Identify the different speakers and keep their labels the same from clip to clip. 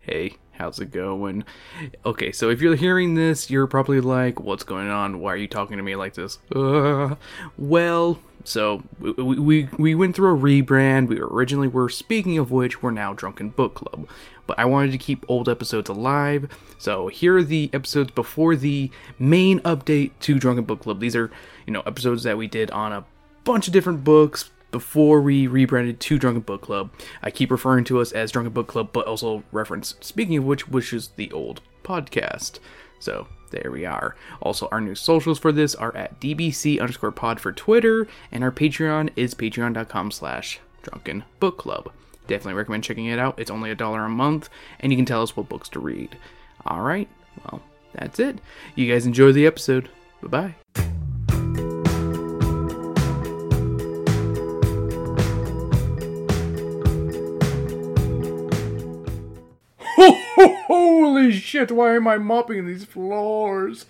Speaker 1: Hey, how's it going? Okay, so if you're hearing this, you're probably like, what's going on? Why are you talking to me like this? Uh, well, so we, we, we went through a rebrand. We originally were, speaking of which, we're now Drunken Book Club. But I wanted to keep old episodes alive. So here are the episodes before the main update to Drunken Book Club. These are, you know, episodes that we did on a bunch of different books before we rebranded to Drunken Book Club. I keep referring to us as Drunken Book Club, but also reference, speaking of which, which is the old podcast. So there we are. Also, our new socials for this are at DBC underscore pod for Twitter, and our Patreon is patreon.com slash drunken book club. Definitely recommend checking it out. It's only a dollar a month, and you can tell us what books to read. All right, well, that's it. You guys enjoy the episode. Bye bye.
Speaker 2: Holy shit, why am I mopping these floors?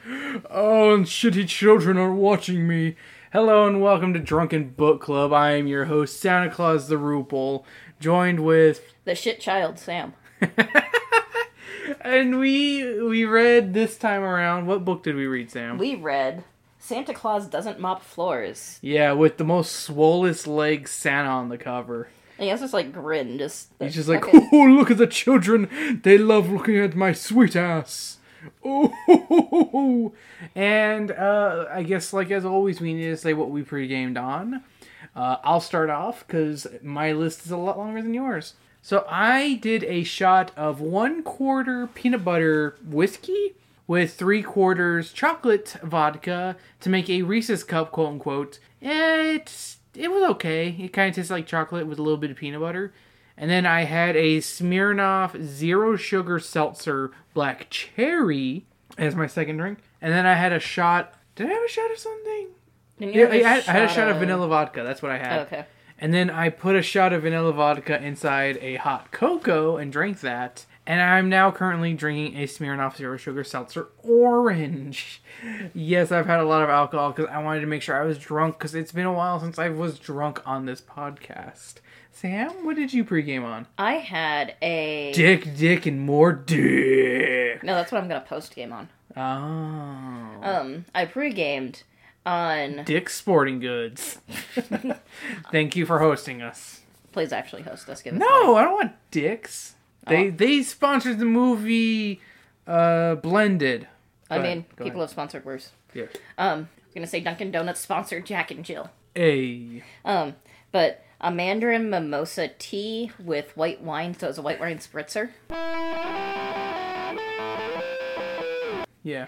Speaker 2: Oh, and shitty children are watching me.
Speaker 1: Hello and welcome to Drunken Book Club. I am your host, Santa Claus the Rupel, joined with
Speaker 3: The shit child, Sam.
Speaker 1: and we we read this time around. What book did we read, Sam?
Speaker 3: We read Santa Claus Doesn't Mop Floors.
Speaker 1: yeah, with the most swollest leg Santa on the cover.
Speaker 3: And he has this like grin, just
Speaker 2: He's just like,
Speaker 3: fucking-
Speaker 2: oh, look at the children. They love looking at my sweet ass.
Speaker 1: Ooh. Oh. And uh, I guess, like as always, we need to say what we pre-gamed on. Uh, I'll start off because my list is a lot longer than yours. So I did a shot of one quarter peanut butter whiskey with three quarters chocolate vodka to make a Reese's cup, quote unquote. It it was okay. It kind of tastes like chocolate with a little bit of peanut butter. And then I had a Smirnoff Zero Sugar Seltzer Black Cherry as my second drink. And then I had a shot. Did I have a shot of something?
Speaker 3: Didn't you
Speaker 1: Yeah,
Speaker 3: have
Speaker 1: I,
Speaker 3: a
Speaker 1: I had, I had a shot of
Speaker 3: of-
Speaker 1: vanilla vodka. That's what I had.
Speaker 3: Okay.
Speaker 1: And then I put a shot of vanilla vodka inside a hot cocoa and drank that. And I'm now currently drinking a Smirnoff Zero Sugar Seltzer Orange. Yes, I've had a lot of alcohol because I wanted to make sure I was drunk because it's been a while since I was drunk on this podcast. Sam, what did you pregame on?
Speaker 3: I had a.
Speaker 1: Dick, dick, and more dick.
Speaker 3: No, that's what I'm gonna post game on.
Speaker 1: Oh.
Speaker 3: Um, I pre-gamed on.
Speaker 1: Dick Sporting Goods. Thank you for hosting us.
Speaker 3: Please actually host us. Give us money.
Speaker 1: No, I don't want dicks. They they sponsored the movie uh Blended.
Speaker 3: I
Speaker 1: Go
Speaker 3: mean,
Speaker 1: ahead, go
Speaker 3: people
Speaker 1: ahead.
Speaker 3: have sponsored worse.
Speaker 1: Yeah.
Speaker 3: Um, I was gonna say Dunkin' Donuts sponsored Jack and Jill.
Speaker 1: Hey.
Speaker 3: Um, but a mandarin mimosa tea with white wine, so it's a white wine spritzer,
Speaker 1: Yeah.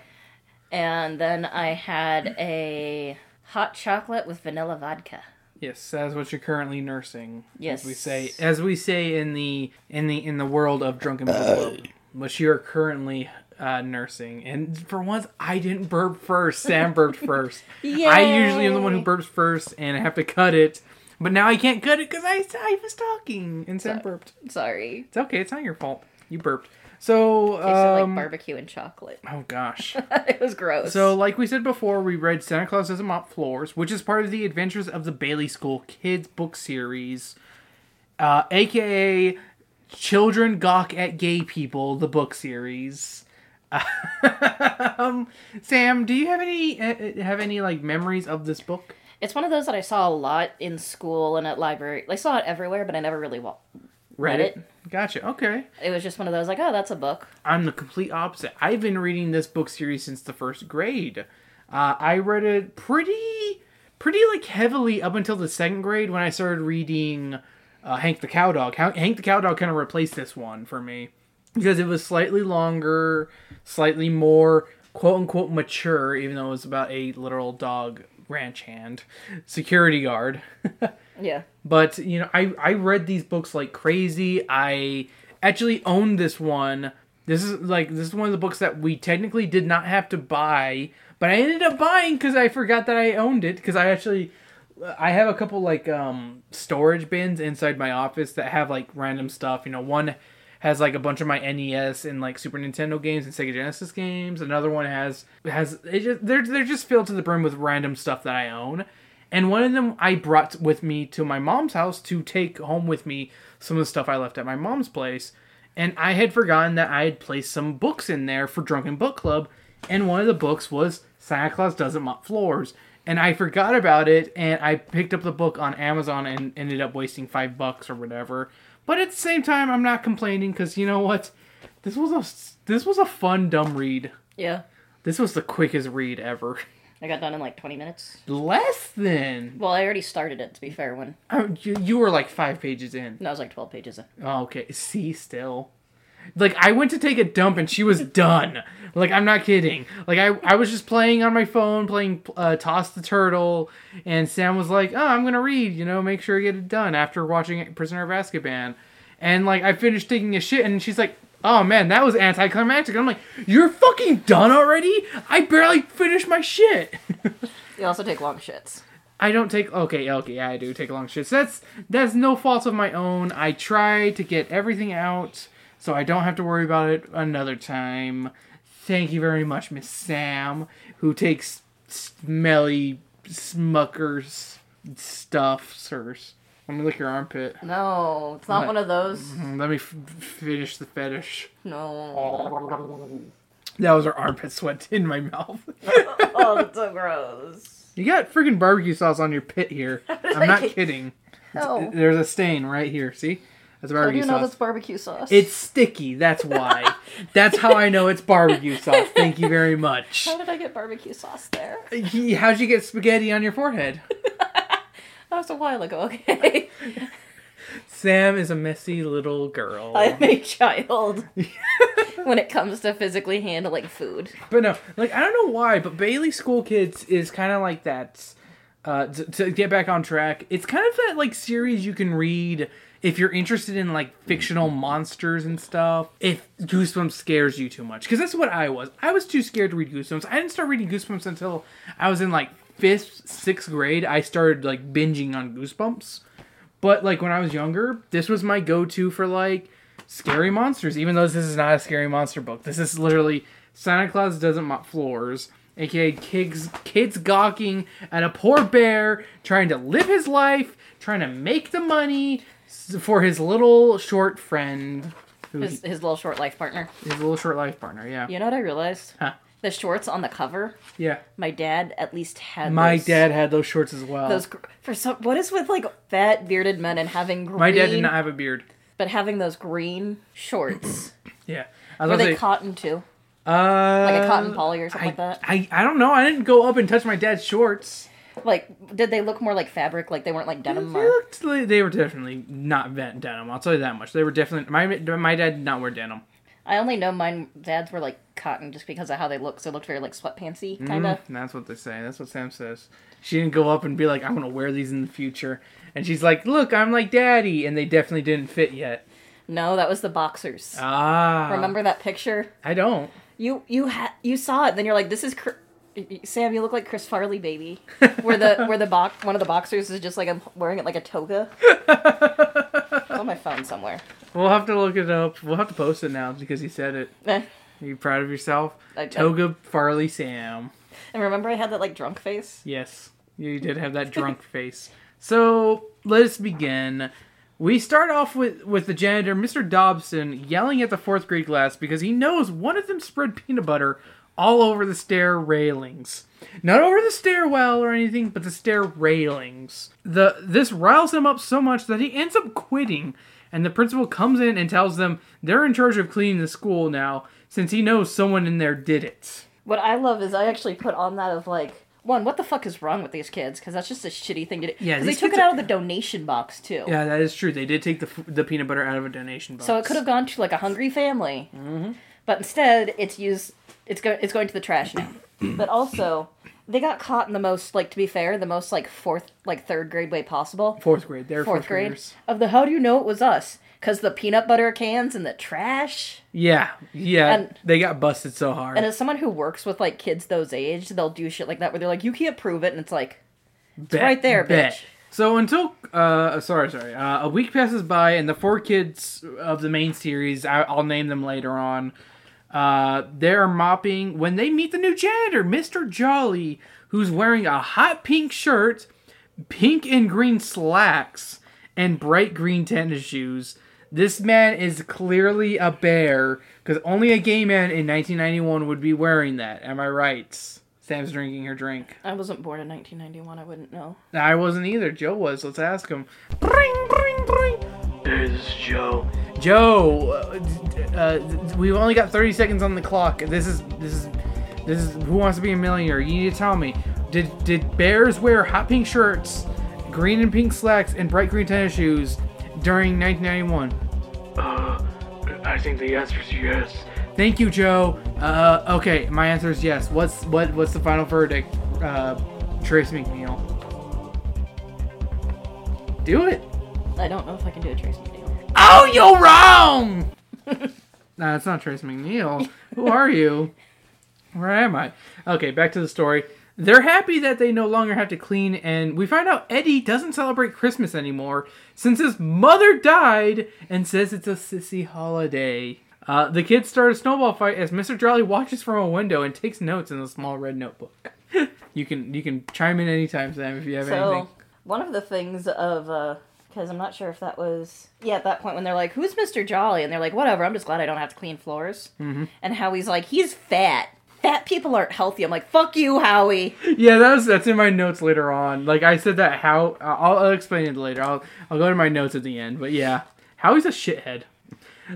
Speaker 3: and then I had a hot chocolate with vanilla vodka.
Speaker 1: Yes, that's what you're currently nursing.
Speaker 3: Yes.
Speaker 1: As we say as we say in the in the in the world of drunken book club, which you're currently uh, nursing. And for once I didn't burp first. Sam burped first. I usually am the one who
Speaker 3: Yay.
Speaker 1: burps first and I have to cut it. But now I can't cut it because I, I was talking and Sam burped.
Speaker 3: Sorry.
Speaker 1: It's okay. It's not your fault. You burped. So,
Speaker 3: Tasted
Speaker 1: um,
Speaker 3: like barbecue and chocolate.
Speaker 1: oh gosh.
Speaker 3: it was gross.
Speaker 1: so, like we said before, we read Santa Claus Doesn't Mop Floors, which is part of the Adventures of the Bailey School Kids book series, uh, aka Children Gawk at Gay People, the book series. um, Sam, do you have any uh, have any like memories of this book?
Speaker 3: it's one of those that I saw a lot in school and at library. I saw it everywhere, but I never really. Wa- Read it.
Speaker 1: Gotcha. Okay.
Speaker 3: it was just one of those like, oh, that's a book.
Speaker 1: I'm the complete opposite. I've been reading this book series since the first grade. Uh, I read it pretty, pretty like heavily up until the second grade when I started reading uh, Hank the Cowdog. Han- Hank the Cowdog kind of replaced this one for me because it was slightly longer, slightly more quote unquote mature, even though it was about a literal dog ranch hand, security guard.
Speaker 3: Yeah.
Speaker 1: but you know i i read these books like crazy i actually owned this one this is like this is one of the books that we technically did not have to buy but i ended up buying because i forgot that i owned it because i actually i have a couple like um storage bins inside my office that have like random stuff you know one has like a bunch of my NES and like Super Nintendo games and Sega Genesis games. Another one has has it just, they're they're just filled to the brim with random stuff that I own. And one of them I brought with me to my mom's house to take home with me some of the stuff I left at my mom's place. and I had forgotten that I had placed some books in there for Drunken Book Club, and one of the books was Santa Claus Doesn't Mop Floors. And I forgot about it, and I picked up the book on Amazon and ended up wasting five bucks or whatever. But at the same time, I'm not complaining because you know what, this was a this was a fun dumb read.
Speaker 3: Yeah.
Speaker 1: This was the quickest read ever.
Speaker 3: I got done in like 20 minutes.
Speaker 1: Less than
Speaker 3: Well, I already started it, to be fair, when.
Speaker 1: oh, you, you were like five pages in.
Speaker 3: No, I was like 12 pages in.
Speaker 1: Oh, okay. See, still. Like, I went to take a dump and she was done. Like, I'm not kidding. Like, I, I was just playing on my phone, playing uh, Toss the Turtle, and Sam was like, Oh, I'm going to read, you know, make sure I get it done after watching Prisoner of Azkaban. And, like, I finished taking a shit and she's like, Oh man, that was anticlimactic. I'm like, You're fucking done already? I barely finished my shit.
Speaker 3: You also take long shits.
Speaker 1: I don't take okay, okay, yeah, I do take long shits. That's that's no fault of my own. I try to get everything out so I don't have to worry about it another time. Thank you very much, Miss Sam, who takes smelly smuckers stuff, sirs. Let me lick your armpit.
Speaker 3: No, it's not
Speaker 1: What?
Speaker 3: one of those.
Speaker 1: Mm, Let me f- finish the fetish.
Speaker 3: No.
Speaker 1: That was her armpit sweat in my mouth.
Speaker 3: Oh, that's so gross.
Speaker 1: you got freaking barbecue sauce on your pit here. I'm not kidding.
Speaker 3: No.
Speaker 1: There's a stain right here. See, that's
Speaker 3: How do
Speaker 1: barbecue
Speaker 3: you oh. know
Speaker 1: sauce.
Speaker 3: that's barbecue sauce?
Speaker 1: It's sticky. That's why. that's how I know it's barbecue sauce. Thank you very much.
Speaker 3: How did I get barbecue sauce there?
Speaker 1: He- How'd you get spaghetti on your forehead?
Speaker 3: That was a while ago, okay?
Speaker 1: Sam is a messy little girl.
Speaker 3: I'm a child when it comes to physically handling food.
Speaker 1: But no, like I don't know why, but Bailey School Kids is kind of like that. Uh, to, to get back on track, it's kind of that like series you can read if you're interested in like fictional monsters and stuff. If Goosebumps scares you too much, because that's what I was. I was too scared to read Goosebumps. I didn't start reading Goosebumps until I was in like fifth, sixth grade. I started like binging on Goosebumps. But like when I was younger, this was my go-to for like scary monsters. Even though this is not a scary monster book, this is literally Santa Claus doesn't mop floors, aka kids kids gawking at a poor bear trying to live his life, trying to make the money s- for his little short friend, who's
Speaker 3: His,
Speaker 1: his,
Speaker 3: his little short life partner.
Speaker 1: little short life partner. Yeah, yeah.
Speaker 3: You know what I realized? The shorts on the cover,
Speaker 1: yeah.
Speaker 3: my dad at least had
Speaker 1: My
Speaker 3: those-
Speaker 1: dad had those shorts as well.
Speaker 3: Those gr- for some what is with like fat bearded men and having green
Speaker 1: my dad did not have a beard.
Speaker 3: but having those green shorts
Speaker 1: Yeah, I was gonna
Speaker 3: were they
Speaker 1: say,
Speaker 3: cotton too
Speaker 1: uh,
Speaker 3: like a cotton poly or something like that
Speaker 1: I, I I don't know. I didn't go up and touch my dad's shorts.
Speaker 3: like did they look more like fabric like they weren't like denim
Speaker 1: They
Speaker 3: or
Speaker 1: looked like- they were definitely not vet denim. I'll tell you that much. They were definitely my my dad did not wear denim.
Speaker 3: i only know mine dad's were like cotton just because of how they looked so they looked very like sweatpantsy
Speaker 1: Mm-hmm.
Speaker 3: kind of
Speaker 1: And that's what they say. That's what Sam says. She didn't go up and be like, "I'm gonna wear these in the future." And she's like, "Look, I'm like daddy," and they definitely didn't fit yet.
Speaker 3: no that was the boxers
Speaker 1: Ah,
Speaker 3: remember that picture
Speaker 1: I don't.
Speaker 3: you you had you saw it then you're like this is Cr- Sam, you look like Chris Farley, baby. Where the where the box one of the boxers is just like I'm wearing it like a toga. it's on my phone somewhere.
Speaker 1: We'll have to look it up. We'll have to post it now because he said it.
Speaker 3: Eh.
Speaker 1: Are you proud of yourself?
Speaker 3: I- I-
Speaker 1: Toga Farley Sam.
Speaker 3: And remember, I had that like drunk face.
Speaker 1: Yes, you did have that drunk face. So let us begin. We start off with with the janitor, Mr. Dobson, yelling at the fourth grade class because he knows one of them spread peanut butter all over the stair railings. Not over the stairwell or anything, but the stair railings. The this riles him up so much that he ends up quitting, and the principal comes in and tells them they're in charge of cleaning the school now since he knows someone in there did it.
Speaker 3: What I love is I actually put on that of like one, what the fuck is wrong with these kids? Because that's just a shitty thing to do.
Speaker 1: Yeah,
Speaker 3: because they
Speaker 1: these
Speaker 3: took
Speaker 1: kids
Speaker 3: it
Speaker 1: are-
Speaker 3: out of the donation box too.
Speaker 1: Yeah, that is true. They did take the f- the peanut butter out of a donation box.
Speaker 3: So it could have gone to like a hungry family, but instead it's used. It's going. It's going to the trash now. but also, they got caught in the most like to be fair, the most like fourth, like third grade way possible.
Speaker 1: fourth grade. They're
Speaker 3: Fourth
Speaker 1: fourth,
Speaker 3: grade
Speaker 1: graders.
Speaker 3: of the how do you know it was us? Because the peanut butter cans and the trash.
Speaker 1: Yeah, yeah.
Speaker 3: And-
Speaker 1: they got busted so hard.
Speaker 3: And as someone who works with like kids those age, they'll do shit like that where they're like, you can't prove it, and it's like,
Speaker 1: Bet-
Speaker 3: right there,
Speaker 1: bet.
Speaker 3: bitch.
Speaker 1: So until uh, sorry, sorry. Uh, a week passes by, and the four kids of the main series, I- I'll name them later on. Uh, they're mopping when they meet the new janitor, Mister Jolly, who's wearing a hot pink shirt, pink and green slacks, and bright green tennis shoes. This man is clearly a bear because only a gay man in 1991 would be wearing that. Am I right? Sam's drinking her drink.
Speaker 3: I wasn't born in 1991. I wouldn't know.
Speaker 1: I wasn't either. Joe was. Let's ask him. This is Joe. Joe, uh, d- uh, d- we've only got 30 seconds on the clock. This is this is this is Who Wants to Be a Millionaire? You need to tell me. Did did bears wear hot pink shirts, green and pink slacks, and bright green tennis shoes during 1991?
Speaker 4: I think the answer is yes.
Speaker 1: Thank you, Joe. Uh, okay, my answer is yes. What's what what's the final verdict? Uh, Trace McNeil. Do it.
Speaker 3: I don't know if I can do a Trace McNeil.
Speaker 1: Oh, you're wrong. nah, it's not Trace McNeil. Who are you? Where am I? Okay, back to the story. They're happy that they no longer have to clean, and we find out Eddie doesn't celebrate Christmas anymore since his mother died and says it's a sissy holiday. Uh, the kids start a snowball fight as Mr. Jolly watches from a window and takes notes in a small red notebook. you can you can chime in anytime, Sam, if you have anything.
Speaker 3: So one of the things of because I'm not sure if that was yeah at that point when they're like, "Who's Mr. Jolly?" and they're like, "Whatever, I'm just glad I don't have to clean floors." Mm-hmm. And Howie's like, "He's fat. Fat people aren't healthy." I'm like, "Fuck you, Howie."
Speaker 1: Yeah, that was that's in my notes later on. Like I said that how uh, I'll, I'll explain it later. I'll I'll go to my notes at the end. But yeah, Howie's a shithead.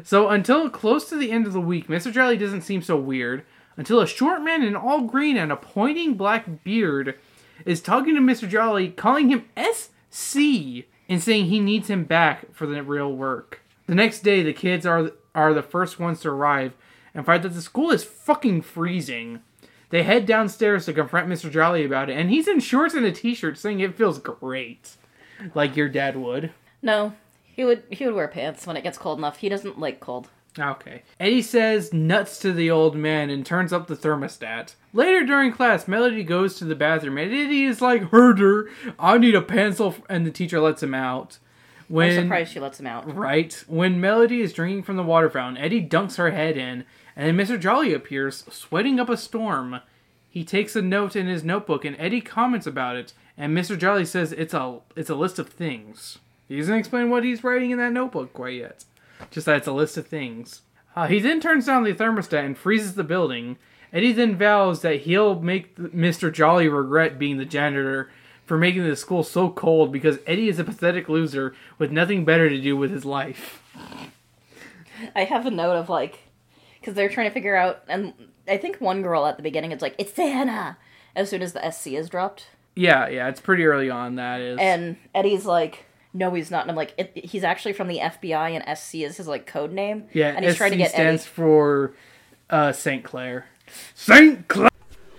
Speaker 1: So until close to the end of the week, Mr. Jolly doesn't seem so weird until a short man in all green and a pointing black beard is talking to Mr. Jolly, calling him SC and saying he needs him back for the real work. The next day, the kids are are the first ones to arrive and find that the school is fucking freezing. They head downstairs to confront Mr. Jolly about it, and he's in shorts and a t-shirt saying it feels great. Like your dad would.
Speaker 3: No, he would he would wear pants when it gets cold enough. He doesn't like cold.
Speaker 1: Okay. Eddie says nuts to the old man and turns up the thermostat. Later during class, Melody goes to the bathroom and Eddie is like, Herder, I need a pencil, and the teacher lets him out. When,
Speaker 3: I'm surprised she lets him out.
Speaker 1: Right. When Melody is drinking from the water fountain, Eddie dunks her head in, and then Mr. Jolly appears, sweating up a storm. He takes a note in his notebook, and Eddie comments about it, and Mr. Jolly says it's a it's a list of things. He doesn't explain what he's writing in that notebook quite yet. Just that it's a list of things. Uh, he then turns down the thermostat and freezes the building. Eddie then vows that he'll make th- Mr. Jolly regret being the janitor for making the school so cold because Eddie is a pathetic loser with nothing better to do with his life.
Speaker 3: I have a note of like, because they're trying to figure out, and I think one girl at the beginning is like, "It's Santa." As soon as the SC is dropped,
Speaker 1: Yeah, yeah, it's pretty early on. That is.
Speaker 3: and Eddie's like, "No, he's not." And I'm like, it, "He's actually from the FBI, and SC is his like code name."
Speaker 1: yeah,
Speaker 3: and he's trying to
Speaker 1: SC
Speaker 3: get
Speaker 1: stands
Speaker 3: Eddie.
Speaker 1: for uh, Saint Clair. Saint Clair.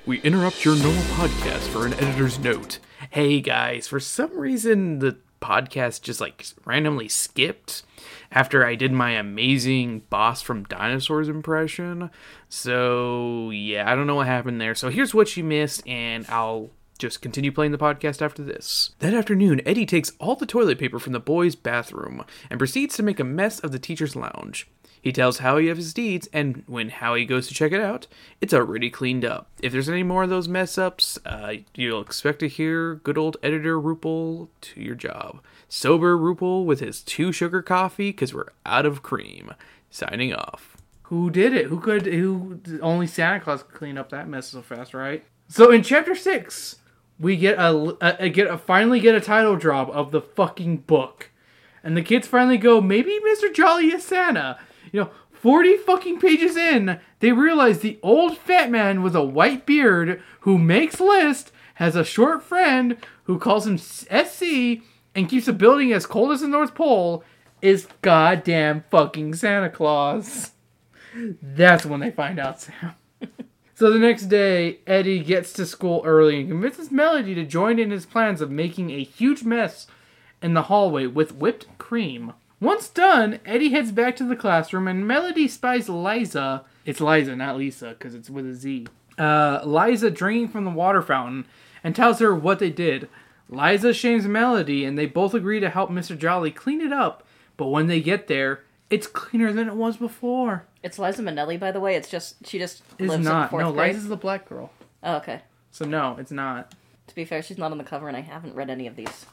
Speaker 5: We interrupt your normal podcast for an editor's note. Hey guys, for some reason the podcast just like randomly skipped after I did my amazing boss from Dinosaurs impression. So, yeah, I don't know what happened there. So, here's what you missed, and I'll just continue playing the podcast after this. That afternoon, Eddie takes all the toilet paper from the boys' bathroom and proceeds to make a mess of the teacher's lounge. He tells Howie of his deeds, and when Howie goes to check it out, it's already cleaned up. If there's any more of those mess ups, uh, you'll expect to hear good old editor Rupel to your job. Sober Rupel with his two sugar coffee, because we're out of cream. Signing off.
Speaker 1: Who did it? Who could? Who? Only Santa Claus could clean up that mess so fast, right? So in chapter six, we get a, a, a get a finally get a title drop of the fucking book, and the kids finally go, maybe Mr. Jolly is Santa. You know, forty fucking pages in, they realize the old fat man with a white beard who makes list has a short friend who calls him SC and keeps a building as cold as the North Pole is goddamn fucking Santa Claus. That's when they find out, Sam. so the next day, Eddie gets to school early and convinces Melody to join in his plans of making a huge mess in the hallway with whipped cream. Once done, Eddie heads back to the classroom and Melody spies Liza. It's Liza, not Lisa, because it's with a Z. Uh, Liza drinking from the water fountain and tells her what they did. Liza shames Melody and they both agree to help Mr. Jolly clean it up, but when they get there, it's cleaner than it was before
Speaker 3: It's Liza Minnelli, by the way. It's just she just
Speaker 1: is
Speaker 3: lives in
Speaker 1: not.
Speaker 3: fourth
Speaker 1: No,
Speaker 3: grade.
Speaker 1: Liza's the black girl.
Speaker 3: Oh, okay.
Speaker 1: So no, it's not.
Speaker 3: To be fair, she's not on the cover, and I haven't read any of these.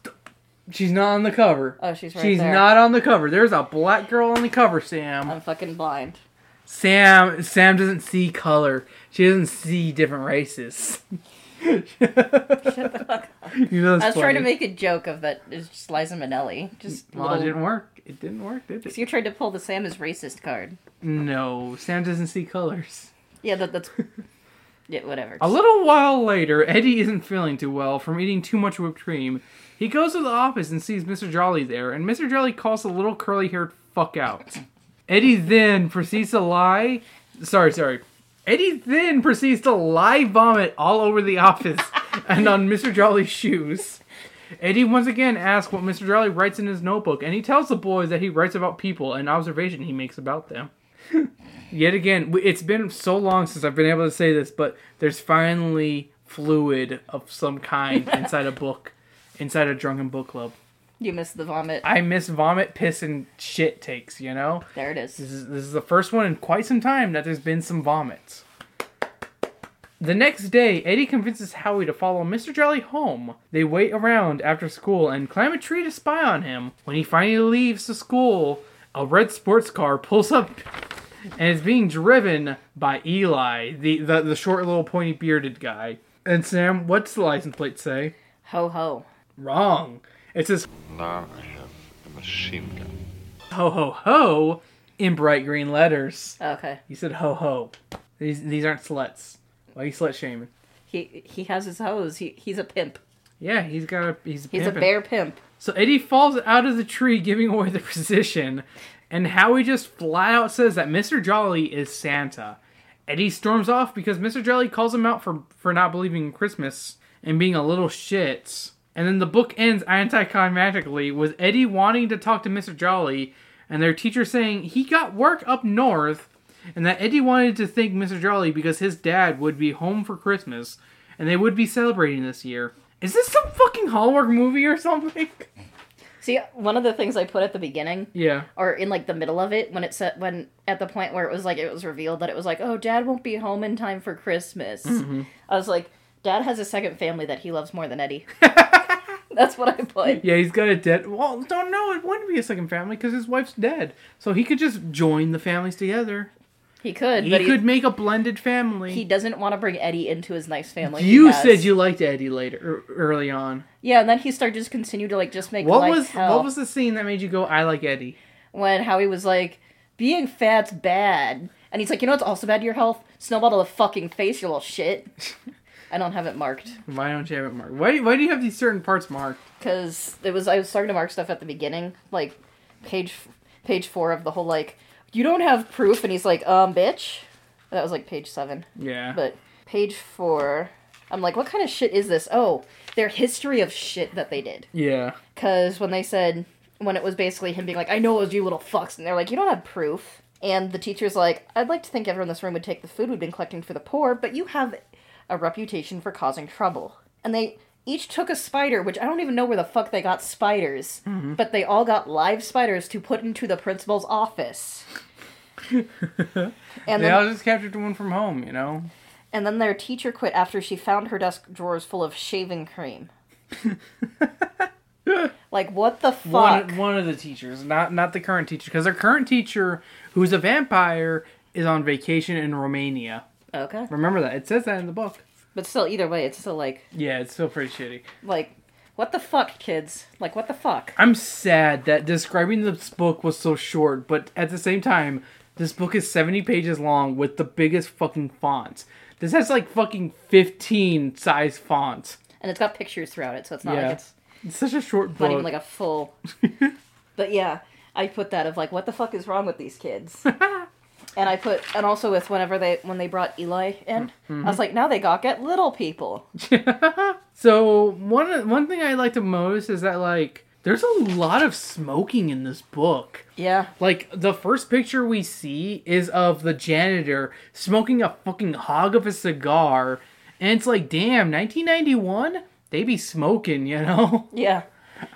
Speaker 1: She's not on the cover.
Speaker 3: Oh, she's right
Speaker 1: She's
Speaker 3: there. Um,
Speaker 1: not on the cover. There's a black girl on the cover, Sam.
Speaker 3: I'm fucking blind.
Speaker 1: Sam Sam doesn't see color. She doesn't see different races.
Speaker 3: Shut the fuck up.
Speaker 1: You know that's
Speaker 3: I was trying to
Speaker 1: funny.
Speaker 3: make a joke of that. It's just Liza Minnelli. Just
Speaker 1: Well, it
Speaker 3: little-
Speaker 1: didn't work. It didn't work, did
Speaker 3: So
Speaker 1: it?
Speaker 3: you tried to pull the Sam is racist card.
Speaker 1: No, Sam doesn't see colors.
Speaker 3: Yeah, that, that's. Yeah, whatever.
Speaker 1: A little while later, Eddie isn't feeling too well from eating too much whipped cream. He goes to the office and sees Mr. Jolly there, and Mr. Jolly calls the little curly haired fuck out. Eddie then proceeds to lie. Sorry, sorry. Eddie then proceeds to lie vomit all over the office and on Mr. Jolly's shoes. Eddie once again asks what Mr. Jolly writes in his notebook, and he tells the boys that he writes about people and observation he makes about them. Yet again, w- it's been so long since I've been able to say this, but there's finally fluid of some kind inside a book, inside a drunken book club.
Speaker 3: You missed the vomit.
Speaker 1: I miss vomit, piss, and shit takes. You know,
Speaker 3: There it
Speaker 1: this
Speaker 3: is.
Speaker 1: is this is the first one in quite some time that there's been some vomit. The next day, Eddie convinces Howie to follow Mr. Jolly home. They wait around after school and climb a tree to spy on him. When he finally leaves the school, a red sports car pulls up and is being driven by Eli, the, the, the short little pointy bearded guy. And Sam, what's the license plate say?
Speaker 3: Ho ho.
Speaker 1: Wrong. It says
Speaker 6: Now I have a machine gun.
Speaker 1: ho ho ho in bright green letters.
Speaker 3: Okay.
Speaker 1: You said ho ho. These these aren't sluts. Why are you slut shaming?
Speaker 3: He he has his hose. He he's a pimp.
Speaker 1: Yeah, he's got a he's a,
Speaker 3: He's
Speaker 1: pimpin'.
Speaker 3: a bear pimp.
Speaker 1: So Eddie falls out of the tree, giving away the position, and Howie just flat out says that Mr. Jolly is Santa. Eddie storms off because Mr. Jolly calls him out for for not believing in Christmas and being a little shit. And then the book ends anticlimactically with Eddie wanting to talk to Mr. Jolly, and their teacher saying he got work up north, and that Eddie wanted to thank Mr. Jolly because his dad would be home for Christmas, and they would be celebrating this year. Is this some fucking Hallmark movie or something?
Speaker 3: See, one of the things I put at the beginning,
Speaker 1: Yeah.
Speaker 3: or in like the middle of it, when it said when at the point where it was like it was revealed that it was like, oh, Dad won't be home in time for Christmas.
Speaker 1: Mm-hmm.
Speaker 3: I was like, Dad has a second family that he loves more than Eddie. That's what I put.
Speaker 1: Yeah, he's got a dead. Well, don't know. It wouldn't be a second family because his wife's dead. So he could just join the families together.
Speaker 3: He could,
Speaker 1: He
Speaker 3: but he,
Speaker 1: could make a blended family.
Speaker 3: he doesn't want to bring Eddie into his nice family. he
Speaker 1: you
Speaker 3: has.
Speaker 1: said you liked Eddie later, er, early on.
Speaker 3: yeah, and then he started just continue to like just make
Speaker 1: What
Speaker 3: life
Speaker 1: was
Speaker 3: hell.
Speaker 1: what was the scene that made you go, "I like Eddie"?
Speaker 3: when Howie was like, being fat's bad. And he's like, you know what's also bad to your health? Snowball to the fucking face, you little shit. I don't have it marked.
Speaker 1: Why don't you have it marked? Why Why do you have these certain parts marked?
Speaker 3: Because it was, I was starting to mark stuff at the beginning, like page page four of the whole, like, you don't have proof. And he's like, um, bitch. That was like page seven.
Speaker 1: Yeah.
Speaker 3: But page four, I'm like, what kind of shit is this? Oh, their history of shit that they did.
Speaker 1: yeah.
Speaker 3: Because when they said, when it was basically him being like, I know it was you little fucks, and they're like, you don't have proof. And the teacher's like, I'd like to think everyone in this room would take the food we've been collecting for the poor, but you have a reputation for causing trouble. And they each took a spider, which I don't even know where the fuck they got spiders, but they all got live spiders to put into the principal's office. and
Speaker 1: They
Speaker 3: then
Speaker 1: all just captured one from home, you know.
Speaker 3: and then their teacher quit after she found her desk drawers full of shaving cream. like what the fuck?
Speaker 1: One, one of the teachers, not not the current teacher, because their current teacher, who's a vampire, is on vacation in Romania.
Speaker 3: Okay.
Speaker 1: Remember that. It says that in the book.
Speaker 3: But still either way, it's still like
Speaker 1: Yeah, it's still pretty shitty.
Speaker 3: like what the fuck, kids? Like what the fuck?
Speaker 1: I'm sad that describing this book was so short, but at the same time, this book is 70 pages long with the biggest fucking fonts. This has like fucking 15 size fonts.
Speaker 3: And it's got pictures throughout it, so it's not
Speaker 1: Yeah.
Speaker 3: like it's
Speaker 1: It's such a short book.
Speaker 3: not even like a full But yeah, I put that of like what the fuck is wrong with these kids? and I put and also with whenever they when they brought Eli in, I
Speaker 1: Mm-hmm.
Speaker 3: was like, now they got get little people.
Speaker 1: so one one thing I liked the most is that like there's a lot of smoking in this book.
Speaker 3: Yeah.
Speaker 1: Like the first picture we see is of the janitor smoking a fucking hog of a cigar, and it's like, damn, 1991, they be smoking, you know.
Speaker 3: Yeah.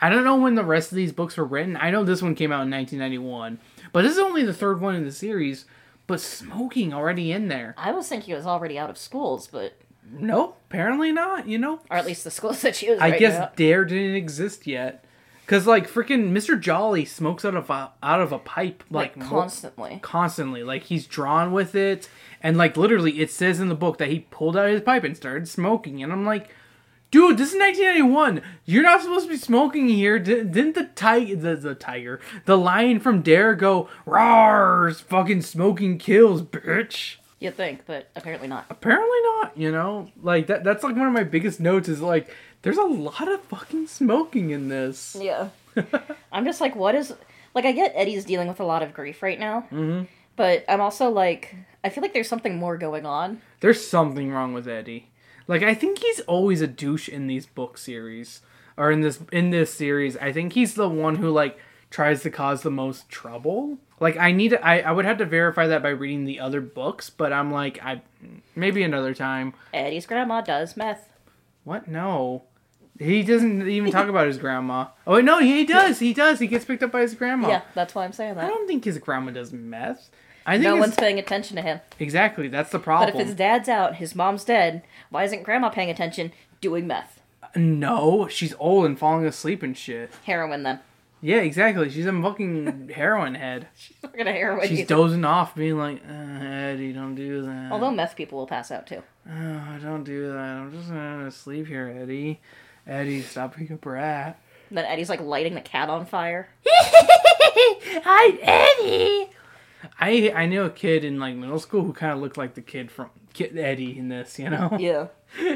Speaker 1: I don't know when the rest of these books were written. I know this one came out in 1991, but this is only the third one in the series. But smoking already in there?
Speaker 3: I was thinking it was already out of schools, but
Speaker 1: Nope, apparently not. You know,
Speaker 3: or at least the schools that she was.
Speaker 1: I
Speaker 3: right
Speaker 1: guess
Speaker 3: now.
Speaker 1: Dare didn't exist yet. Cause like freaking Mr. Jolly smokes out of a, out of a pipe like,
Speaker 3: like,
Speaker 1: mo-
Speaker 3: constantly.
Speaker 1: constantly. Like he's drawn with it, and like literally, it says in the book that he pulled out his pipe and started smoking. And I'm like, dude, this is 1991. You're not supposed to be smoking here. Di- didn't the tiger, the, the tiger, the lion from Dare go, "Rars, fucking smoking kills, bitch."
Speaker 3: You'd think, but apparently not.
Speaker 1: Apparently not. You know, like that. That's like one of my biggest notes is like, there's a lot of fucking smoking in this.
Speaker 3: Yeah. I'm just like, what is. Like, I get Eddie's dealing with a lot of grief right now. Mm-hmm. But I'm also like, I feel like there's something more going on.
Speaker 1: There's something wrong with Eddie. Like I think he's always a douche in these book series or in this in this series. I think he's the one who like tries to cause the most trouble. Like I need I I would have to verify that by reading the other books, but I'm like I maybe another time.
Speaker 3: Eddie's grandma does meth.
Speaker 1: What? No. He doesn't even talk about his grandma. Oh wait, no, he does. He does. He gets picked up by his grandma.
Speaker 3: Yeah, that's why I'm saying
Speaker 1: I
Speaker 3: that.
Speaker 1: don't think his grandma does meth. I think
Speaker 3: No
Speaker 1: it's-
Speaker 3: one's paying attention to him.
Speaker 1: exactly that's the
Speaker 3: But
Speaker 1: problem.
Speaker 3: if his dad's out, his mom's dead, why isn't grandma paying attention doing meth?
Speaker 1: no, she's old and falling asleep and shit.
Speaker 3: Heroin then.
Speaker 1: Yeah, exactly. She's a fucking heroin head.
Speaker 3: She's not gonna heroin
Speaker 1: She's
Speaker 3: either.
Speaker 1: dozing off, being like, uh, "Eddie, don't do that.
Speaker 3: Although meth people will pass out too.
Speaker 1: oh, don't do that. I'm just gonna sleep here, Eddie. Eddie, stop being a brat."
Speaker 3: And then Eddie's like lighting the cat on fire.
Speaker 1: Hi, Eddie. I I knew a kid in like middle school who kind of looked like the kid from kid Eddie in this, you know,
Speaker 3: Yeah.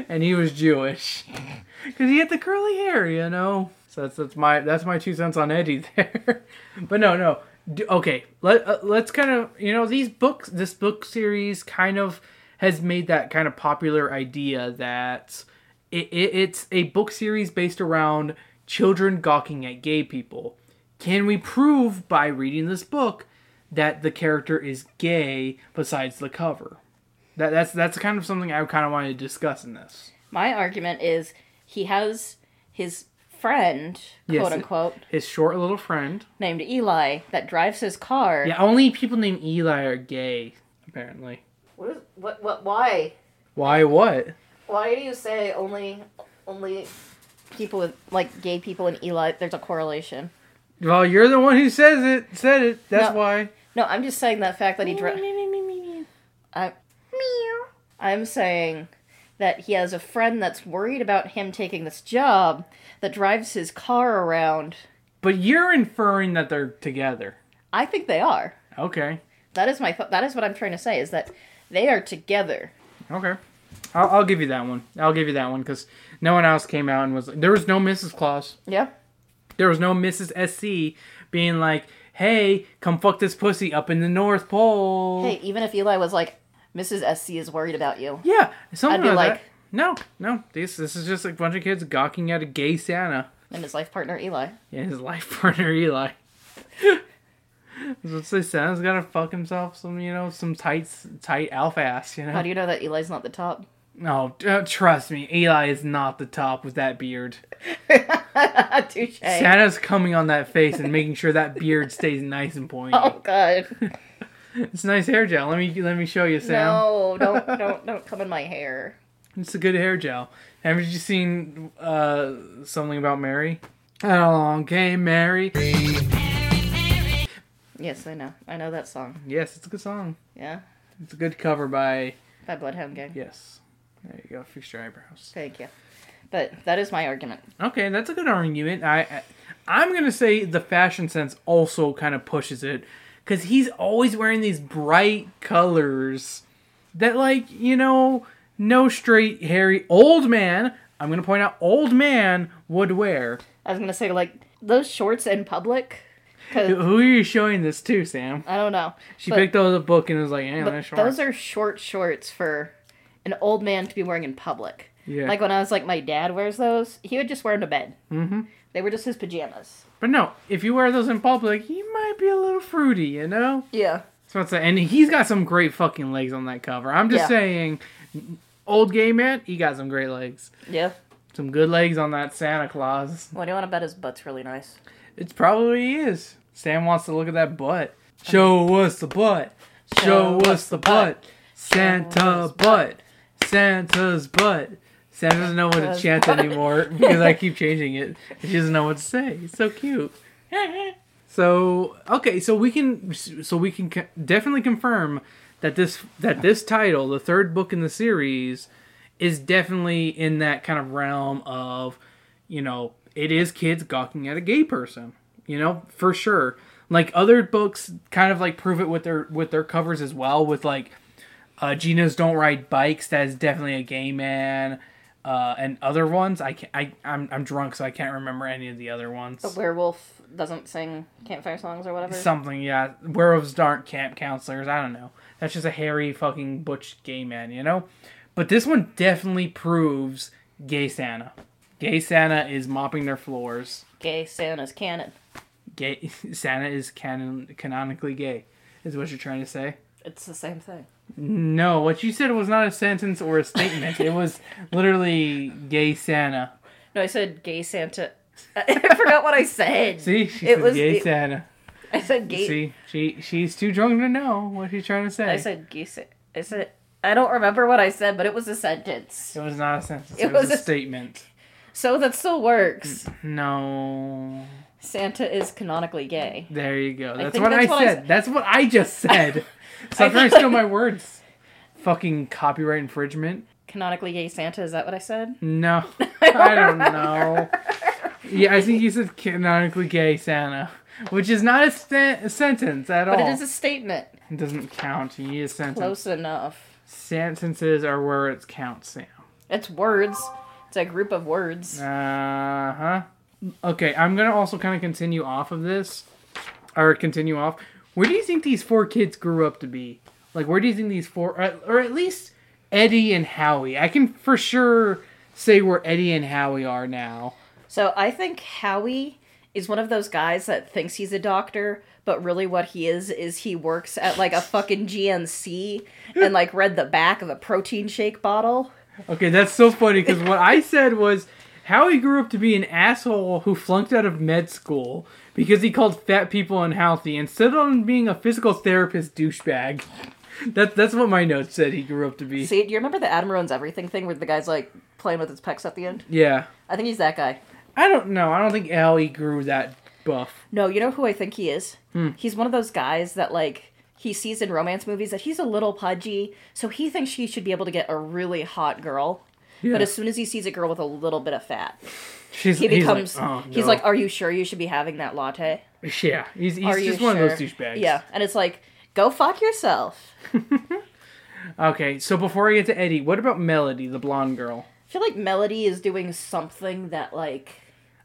Speaker 1: and he was Jewish because he had the curly hair, you know. So that's that's my that's my two cents on Eddie there. but no, no. Do, okay, let uh, let's kind of you know these books. This book series kind of has made that kind of popular idea that it, it, it's a book series based around children gawking at gay people. Can we prove by reading this book that the character is gay besides the cover? That that's that's kind of something I kind of wanted to discuss in this.
Speaker 3: My argument is he has his friend,
Speaker 1: Yes,
Speaker 3: quote
Speaker 1: it-
Speaker 3: unquote,
Speaker 1: His short little friend.
Speaker 3: named Eli that drives his car.
Speaker 1: Yeah, only people named Eli are gay, apparently.
Speaker 3: What is what what why?
Speaker 1: Why what?
Speaker 3: Why do you say only only people with like gay people and Eli there's a correlation?
Speaker 1: Well, you're the one who says it. Said it. That's
Speaker 3: No.
Speaker 1: why.
Speaker 3: No, I'm just saying that fact that he drives I'm I'm saying that he has a friend that's worried about him taking this job that drives his car around.
Speaker 1: But you're inferring that they're together.
Speaker 3: I think they are.
Speaker 1: Okay.
Speaker 3: That is my th- that is what I'm trying to say is that they are together.
Speaker 1: Okay. I'll, I'll give you that one. I'll give you that one because no one else came out and was there was no Mrs. Claus.
Speaker 3: Yeah.
Speaker 1: There was no Mrs. SC being like, "Hey, come fuck this pussy up in the North Pole."
Speaker 3: Hey, even if Eli was like, Mrs. SC is worried about you.
Speaker 1: Yeah, something
Speaker 3: I'd be
Speaker 1: like,
Speaker 3: like-
Speaker 1: that. No, no. This this is just a bunch of kids gawking at a gay Santa
Speaker 3: And his life partner Eli.
Speaker 1: and his life partner Eli. Let's say Santa's gotta fuck himself some, you know, some tight, tight elf ass, you
Speaker 3: How
Speaker 1: know.
Speaker 3: do you know that Eli's not the top?
Speaker 1: No, uh, trust me, Eli is not the top with that beard.
Speaker 3: Touche.
Speaker 1: Santa's coming on that face and making sure that beard stays nice and pointy.
Speaker 3: Oh god.
Speaker 1: It's nice hair gel. Let me let me show you, Sam.
Speaker 3: No, don't don't don't come in my hair.
Speaker 1: It's a good hair gel. Haven't you seen uh, something about Mary? Along came Mary.
Speaker 3: Yes, I know. I know that song.
Speaker 1: Yes, it's a good song.
Speaker 3: Yeah.
Speaker 1: It's a good cover by
Speaker 3: By Bloodhound Gang.
Speaker 1: yes. There you go. Fix your eyebrows.
Speaker 3: Thank you. But that is my argument.
Speaker 1: Okay, that's a good argument. I, I I'm gonna say the fashion sense also kind of pushes it because he's always wearing these bright colors that like you know no straight hairy old man. I'm gonna point out old man would wear.
Speaker 3: I was gonna say like those shorts in public, because
Speaker 1: Who are you showing this to, Sam?
Speaker 3: I don't know.
Speaker 1: She
Speaker 3: but-
Speaker 1: picked out a book and was like, "Yeah,
Speaker 3: But
Speaker 1: that's short."
Speaker 3: those are short shorts for an old man to be wearing in public.
Speaker 1: Yeah.
Speaker 3: Like when I was like, my dad wears those. He would just wear them to bed. Mm-hmm. They were just his pajamas.
Speaker 1: But no, if you wear those in public, you might be a little fruity, you know.
Speaker 3: Yeah.
Speaker 1: So it's and he's got some great fucking legs on that cover. I'm just
Speaker 3: Yeah.
Speaker 1: saying, old gay man, he got some great legs,
Speaker 3: Yeah.
Speaker 1: some good legs on that Santa Claus.
Speaker 3: Well, I do want to bet his butt's really nice.
Speaker 1: It's probably is. Sam wants to look at that butt. Show us the butt. Show us the butt. Santa butt. Santa's butt. Sam doesn't know what to
Speaker 3: Does.
Speaker 1: chant anymore because I keep changing it. She doesn't know what to say. It's so cute. So okay, so we can so we can co- definitely confirm that this that this title, the third book in the series, is definitely in that kind of realm of, you know, it is kids gawking at a gay person, you know, for sure. Like other books kind of like prove it with their with their covers as well with like uh, Gina's Don't Ride Bikes. That is definitely a gay man. Uh, and other ones, I can't. I, I'm I'm drunk, so I can't remember any of the other ones.
Speaker 3: Werewolf doesn't sing campfire songs or whatever.
Speaker 1: Something, yeah. Werewolves aren't camp counselors. I don't know. That's just a hairy fucking butch gay man, you know. But this one definitely proves gay Santa. Gay Santa is mopping their floors.
Speaker 3: Gay Santa's canon.
Speaker 1: Gay Santa is canon canonically gay, is what you're trying to say.
Speaker 3: It's the same thing.
Speaker 1: No, what you said was not a sentence or a statement. it was literally gay Santa.
Speaker 3: No, I said gay Santa. I forgot what I said.
Speaker 1: See, she
Speaker 3: It
Speaker 1: said
Speaker 3: was-
Speaker 1: gay
Speaker 3: it-
Speaker 1: Santa.
Speaker 3: I said gay.
Speaker 1: See, she she's too drunk to know what she's trying to say.
Speaker 3: I said gay. Sa- I said I don't remember what I said, but it was a sentence.
Speaker 1: it was not a sentence.
Speaker 3: It
Speaker 1: It, was,
Speaker 3: was a-
Speaker 1: a statement.
Speaker 3: So that still works.
Speaker 1: Mm. No.
Speaker 3: Santa is canonically gay.
Speaker 1: There you go. That's
Speaker 3: think
Speaker 1: what
Speaker 3: that's
Speaker 1: I
Speaker 3: what I
Speaker 1: said.
Speaker 3: s-
Speaker 1: that's what I just said. Stop trying to steal my words. Fucking copyright infringement.
Speaker 3: Canonically gay Santa. Is that what I said?
Speaker 1: No, I don't know. Yeah, I think you said canonically gay Santa, which is not a, sen- a sentence at
Speaker 3: But
Speaker 1: all.
Speaker 3: it is a statement.
Speaker 1: It doesn't count. You need a sentence.
Speaker 3: Close enough.
Speaker 1: Sentences are where it counts, Sam.
Speaker 3: It's words. It's a group of words.
Speaker 1: Uh huh. Okay, I'm gonna also kind of continue off of this, or continue off. Where do you think these four kids grew up to be? Like, where do you think these four, or, or at least Eddie and Howie? I can for sure say where Eddie and Howie are now.
Speaker 3: So I think Howie is one of those guys that thinks he's a doctor, but really what he is is he works at like a fucking GNC and like read the back of a protein shake bottle.
Speaker 1: Okay, that's so funny because what I said was Howie grew up to be an asshole who flunked out of med school because he called fat people unhealthy and settled on being a physical therapist douchebag. That's that's what my notes said he grew up to be.
Speaker 3: See, do you remember the Adam ruins everything thing where the guy's like playing with his pecs at the end?
Speaker 1: Yeah.
Speaker 3: I think he's that guy.
Speaker 1: I don't know. I don't think Ellie grew that buff.
Speaker 3: No, you know who I think he is? He's one of those guys that like he sees in romance movies that he's a little pudgy, so he thinks he should be able to get a really hot girl. But as soon as he sees a girl with a little bit of fat,
Speaker 1: She's,
Speaker 3: he
Speaker 1: he's like,
Speaker 3: becomes he's
Speaker 1: "Oh,
Speaker 3: like,
Speaker 1: no."
Speaker 3: "Are you sure you should be having that latte?
Speaker 1: yeah, he's, he's
Speaker 3: Are
Speaker 1: just
Speaker 3: you
Speaker 1: one
Speaker 3: sure?"
Speaker 1: of those douchebags.
Speaker 3: Yeah, and it's like, go fuck yourself.
Speaker 1: Okay, so before I get to Eddie, what about Melody, the blonde girl?
Speaker 3: I feel like Melody is doing something that like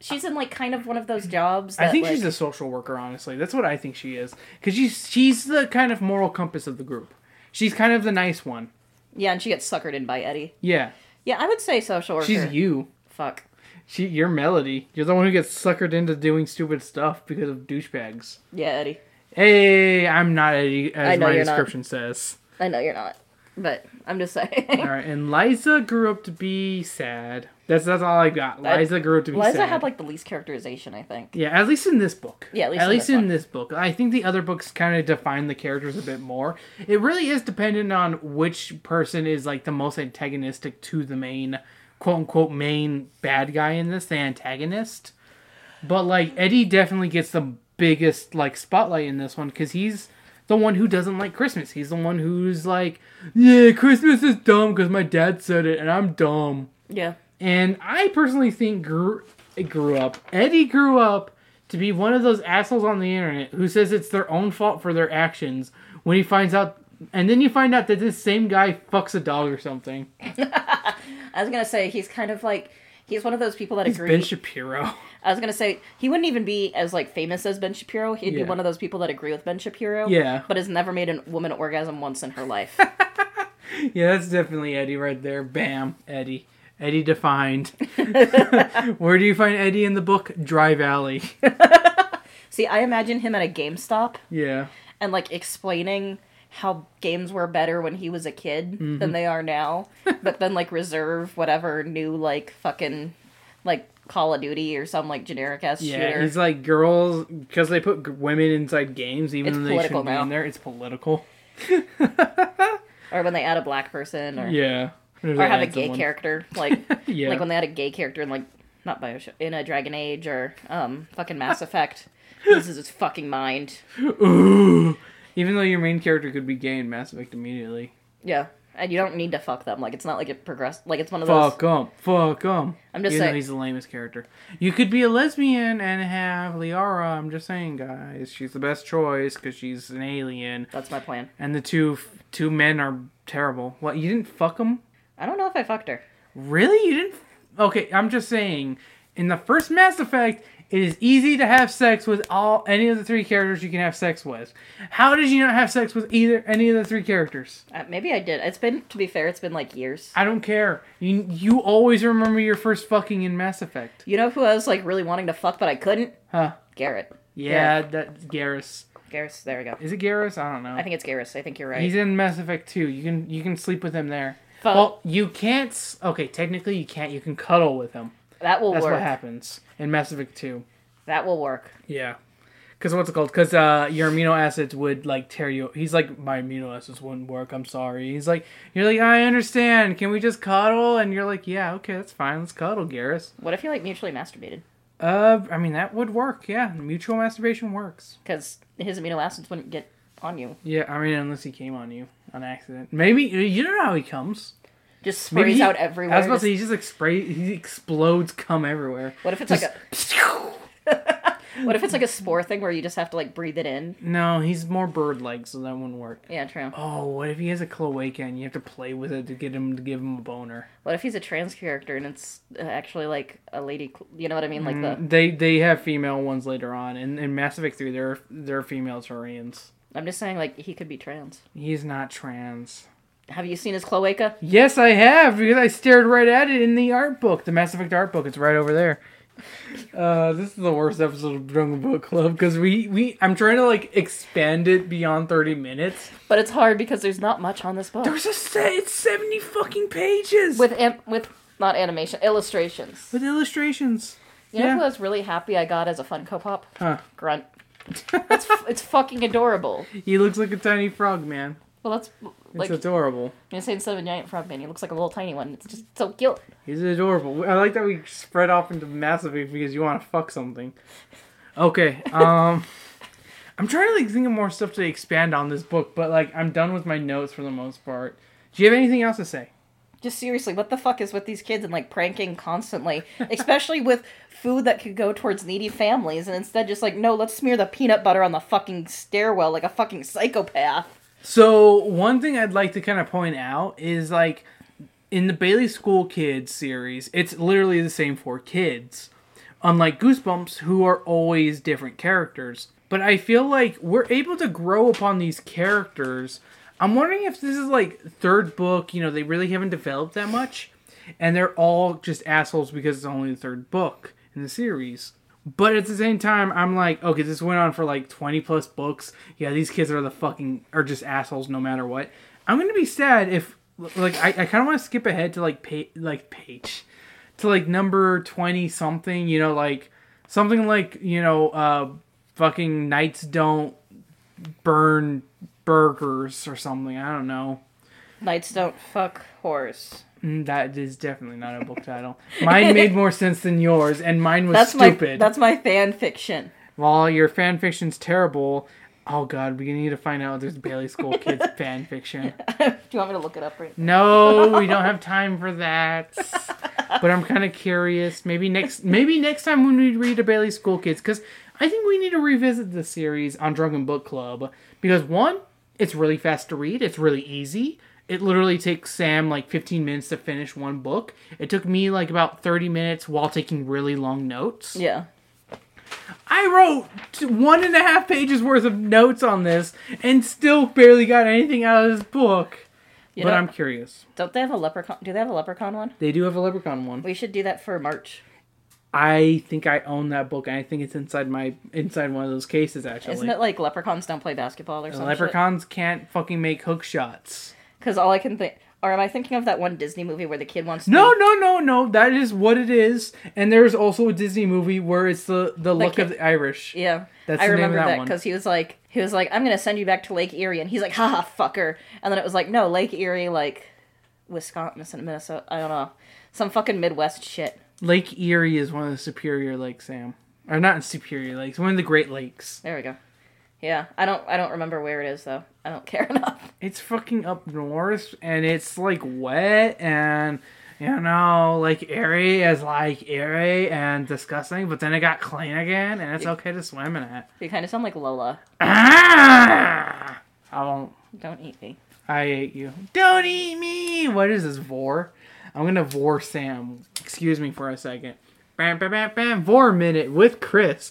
Speaker 3: she's in like kind of one of those jobs. That,
Speaker 1: I think
Speaker 3: like,
Speaker 1: she's a social worker, honestly. That's what I think she is, because she's she's the kind of moral compass of the group. She's kind of the nice one.
Speaker 3: yeah, and she gets suckered in by Eddie.
Speaker 1: Yeah,
Speaker 3: Yeah, I would say social worker.
Speaker 1: she's you.
Speaker 3: Fuck.
Speaker 1: She, you're Melody. You're the one who gets suckered into doing stupid stuff because of douchebags.
Speaker 3: Yeah, Eddie.
Speaker 1: Hey, I'm not Eddie, as
Speaker 3: know
Speaker 1: my
Speaker 3: you're not.
Speaker 1: description says.
Speaker 3: I know you're not, but I'm just saying.
Speaker 1: All right, and Liza grew up to be sad. That's that's all I got.
Speaker 3: That-
Speaker 1: Liza grew up to be
Speaker 3: Liza
Speaker 1: sad.
Speaker 3: had like the least characterization, I think.
Speaker 1: yeah, at least in this book.
Speaker 3: Yeah, at least in this
Speaker 1: in
Speaker 3: one.
Speaker 1: this book. I think the other books kind of define the characters a bit more. It really is dependent on which person is like the most antagonistic to the main, quote unquote, main bad guy in this, the antagonist. But like Eddie definitely gets the biggest like spotlight in this one because he's the one who doesn't like Christmas. He's the one who's like, yeah, Christmas is dumb because my dad said it and I'm dumb.
Speaker 3: Yeah.
Speaker 1: And I personally think grew, grew up. Eddie grew up to be one of those assholes on the internet who says it's their own fault for their actions when he finds out. And then you find out that this same guy fucks a dog or something.
Speaker 3: I was gonna say he's kind of like he's one of those people that
Speaker 1: It's
Speaker 3: agree.
Speaker 1: Ben Shapiro.
Speaker 3: I was gonna say he wouldn't even be as like famous as Ben Shapiro. He'd be
Speaker 1: Yeah.
Speaker 3: one of those people that agree with Ben Shapiro.
Speaker 1: Yeah.
Speaker 3: But has never made a woman orgasm once in her life.
Speaker 1: Yeah, that's definitely Eddie right there. Bam, Eddie. Eddie defined. Where do you find Eddie in the book? Dry Valley.
Speaker 3: See, I imagine him at a GameStop
Speaker 1: Yeah.
Speaker 3: and like explaining how games were better when he was a kid
Speaker 1: Mm-hmm.
Speaker 3: than they are now. but then like reserve whatever new like fucking like Call of Duty or some like generic ass
Speaker 1: Yeah,
Speaker 3: shooter.
Speaker 1: he's like girls because they put g- women inside games, even
Speaker 3: It's
Speaker 1: though they
Speaker 3: political
Speaker 1: shouldn't be
Speaker 3: now.
Speaker 1: in there. It's political.
Speaker 3: or when they add a black person or
Speaker 1: Yeah. Or
Speaker 3: or have a gay character, like
Speaker 1: Yeah.
Speaker 3: like when they had a gay character in like not Bioshock in a Dragon Age or um fucking Mass Effect. This is his fucking mind.
Speaker 1: Ooh. Even though your main character could be gay in Mass Effect immediately.
Speaker 3: Yeah, and you don't need to fuck them. Like it's not like it progressed. Like it's one of those.
Speaker 1: Fuck him. Fuck him.
Speaker 3: I'm just
Speaker 1: Even though
Speaker 3: saying-
Speaker 1: he's the lamest character. You could be a lesbian and have Liara. I'm just saying, guys. She's the best choice because she's an alien.
Speaker 3: That's my plan.
Speaker 1: And the two two men are terrible. What? You didn't fuck them?
Speaker 3: I don't know if I fucked her.
Speaker 1: Really? You didn't? Okay, I'm just saying. In the first Mass Effect, it is easy to have sex with all any of the three characters you can have sex with. How did you not have sex with either any of the three characters?
Speaker 3: Uh, maybe I did. It's been to be fair. It's been like years.
Speaker 1: I don't care. You you always remember your first fucking in Mass Effect.
Speaker 3: You know who I was like really wanting to fuck, but I couldn't.
Speaker 1: Huh?
Speaker 3: Garrett.
Speaker 1: Yeah, that's Garrus.
Speaker 3: Garrus. There we go.
Speaker 1: Is it Garrus? I don't know.
Speaker 3: I think it's Garrus. I think you're right.
Speaker 1: He's in Mass Effect 2. You can you can sleep with him there.
Speaker 3: Fuck.
Speaker 1: Well, you can't. s- Okay, technically you can't. You can cuddle with him.
Speaker 3: that will
Speaker 1: That's what
Speaker 3: work.
Speaker 1: happens in Mass Effect 2.
Speaker 3: That will work.
Speaker 1: Yeah. Because what's it called? Because uh, your amino acids would like tear you. He's like, my amino acids wouldn't work. I'm sorry. He's like, you're like, I understand. Can we just cuddle? And you're like, yeah, okay, that's fine. Let's cuddle, Garrus.
Speaker 3: What if you like mutually masturbated?
Speaker 1: Uh, I mean that would work. Yeah, mutual masturbation works.
Speaker 3: Because his amino acids wouldn't get on you.
Speaker 1: Yeah, I mean unless he came on you on accident. Maybe you don't know how he comes.
Speaker 3: Just sprays
Speaker 1: Maybe he-
Speaker 3: out everywhere.
Speaker 1: I was about to
Speaker 3: Just-
Speaker 1: say he just like spray. He explodes cum everywhere.
Speaker 3: What if it's like a What if it's like a spore thing where you just have to like breathe it in?
Speaker 1: No, he's more bird-like, so that wouldn't work.
Speaker 3: Yeah, true.
Speaker 1: Oh, what if he has a cloaca and you have to play with it to get him to give him a boner?
Speaker 3: What if he's a trans character and it's uh, actually like a lady? Cl- you know what I mean? Like the
Speaker 1: They they have female ones later on, and in Mass Effect Three, there are, there are female Turians.
Speaker 3: I'm just saying like he could be trans.
Speaker 1: He's not trans.
Speaker 3: Have you seen his cloaca?
Speaker 1: Yes, I have because I stared right at it in the art book, the Mass Effect art book. It's right over there. Uh, this is the worst episode of Jungle Book Club because we we I'm trying to like expand it beyond thirty minutes.
Speaker 3: But it's hard because there's not much on this book
Speaker 1: There's a set. It's seventy fucking pages
Speaker 3: with am- with not animation illustrations.
Speaker 1: with illustrations.
Speaker 3: You know
Speaker 1: yeah.
Speaker 3: who I was really happy I got as a Funko Pop?
Speaker 1: Huh.
Speaker 3: Grunt. it's f- it's fucking adorable.
Speaker 1: He looks like a tiny frog man.
Speaker 3: Well, that's
Speaker 1: It's
Speaker 3: like
Speaker 1: adorable.
Speaker 3: you say instead of a giant frogman, he looks like a little tiny one. It's just so cute.
Speaker 1: He's adorable. I like that we spread off into Mass Effect because you want to fuck something. Okay, um, I'm trying to like think of more stuff to expand on this book, but like I'm done with my notes for the most part. Do you have anything else to say?
Speaker 3: Just seriously, what the fuck is with these kids and like pranking constantly, especially with food that could go towards needy families, and instead just like, no, let's smear the peanut butter on the fucking stairwell like a fucking psychopath.
Speaker 1: So one thing I'd like to kind of point out is like in the Bailey School Kids series, it's literally the same four kids, unlike Goosebumps, who are always different characters. But I feel like we're able to grow upon these characters. I'm wondering if this is like third book, you know, they really haven't developed that much, and they're all just assholes because it's only the third book in the series. But at the same time, I'm like, okay, this went on for like 20 plus books. Yeah, these kids are the fucking are just assholes no matter what. I'm gonna be sad if like I, I kind of want to skip ahead to like page like page to like number 20 something. You know, like something like you know, uh, fucking knights don't burn burgers or something. I don't know.
Speaker 3: Knights don't fuck whores.
Speaker 1: Mm, That is definitely not a book title. Mine made more sense than yours, and mine was
Speaker 3: That's my
Speaker 1: stupid.
Speaker 3: that's my fan fiction.
Speaker 1: While your fan fiction's terrible, oh god, we need to find out there's Bailey School Kids fan fiction.
Speaker 3: Do you want me to look it up right now?
Speaker 1: No, we don't have time for that. But I'm kind of curious. Maybe next, maybe next time when we read a Bailey School Kids, because I think we need to revisit the series on Drunken Book Club. Because one, it's really fast to read. It's really easy. It literally takes Sam like 15 minutes to finish one book. It took me like about 30 minutes while taking really long notes.
Speaker 3: Yeah.
Speaker 1: I wrote t- one and a half pages worth of notes on this and still barely got anything out of this book.
Speaker 3: You
Speaker 1: but
Speaker 3: know-
Speaker 1: I'm curious.
Speaker 3: Don't they have a leprechaun? Do they have a leprechaun one?
Speaker 1: They do have a leprechaun one.
Speaker 3: We should do that for March.
Speaker 1: I think I own that book. and I think it's inside my inside one of those cases actually.
Speaker 3: Isn't it like leprechauns don't play basketball or
Speaker 1: The
Speaker 3: something?
Speaker 1: leprechauns can't fucking make hook shots.
Speaker 3: Because all I can think, or am I thinking of that one Disney movie where the kid wants to
Speaker 1: No,
Speaker 3: be-
Speaker 1: no, no, no. That is what it is. And there's also a Disney movie where it's the the luck of
Speaker 3: kid-
Speaker 1: the Irish.
Speaker 3: Yeah,
Speaker 1: That's
Speaker 3: I
Speaker 1: the name of
Speaker 3: remember
Speaker 1: that
Speaker 3: that
Speaker 1: one.
Speaker 3: because he was like, he was like, I'm gonna send you back to Lake Erie, and he's like, haha, fucker. And then it was like, no, Lake Erie, like, Wisconsin, Minnesota. I don't know. Some fucking Midwest shit.
Speaker 1: Lake Erie is one of the superior lakes, Sam. Or not superior lakes, one of the Great Lakes.
Speaker 3: There we go. Yeah, I don't. I don't remember where it is though. I don't care enough.
Speaker 1: It's fucking up north and it's like wet and you know, like airy is like airy and disgusting, but then it got clean again and it's okay to swim in it.
Speaker 3: You kind of sound like Lola.
Speaker 1: Ah! I won't
Speaker 3: Don't eat me.
Speaker 1: I ate you. Don't eat me. What is this vor? I'm gonna vor Sam. Excuse me for a second. Bam, bam, bam, bam. Vor minute with Chris.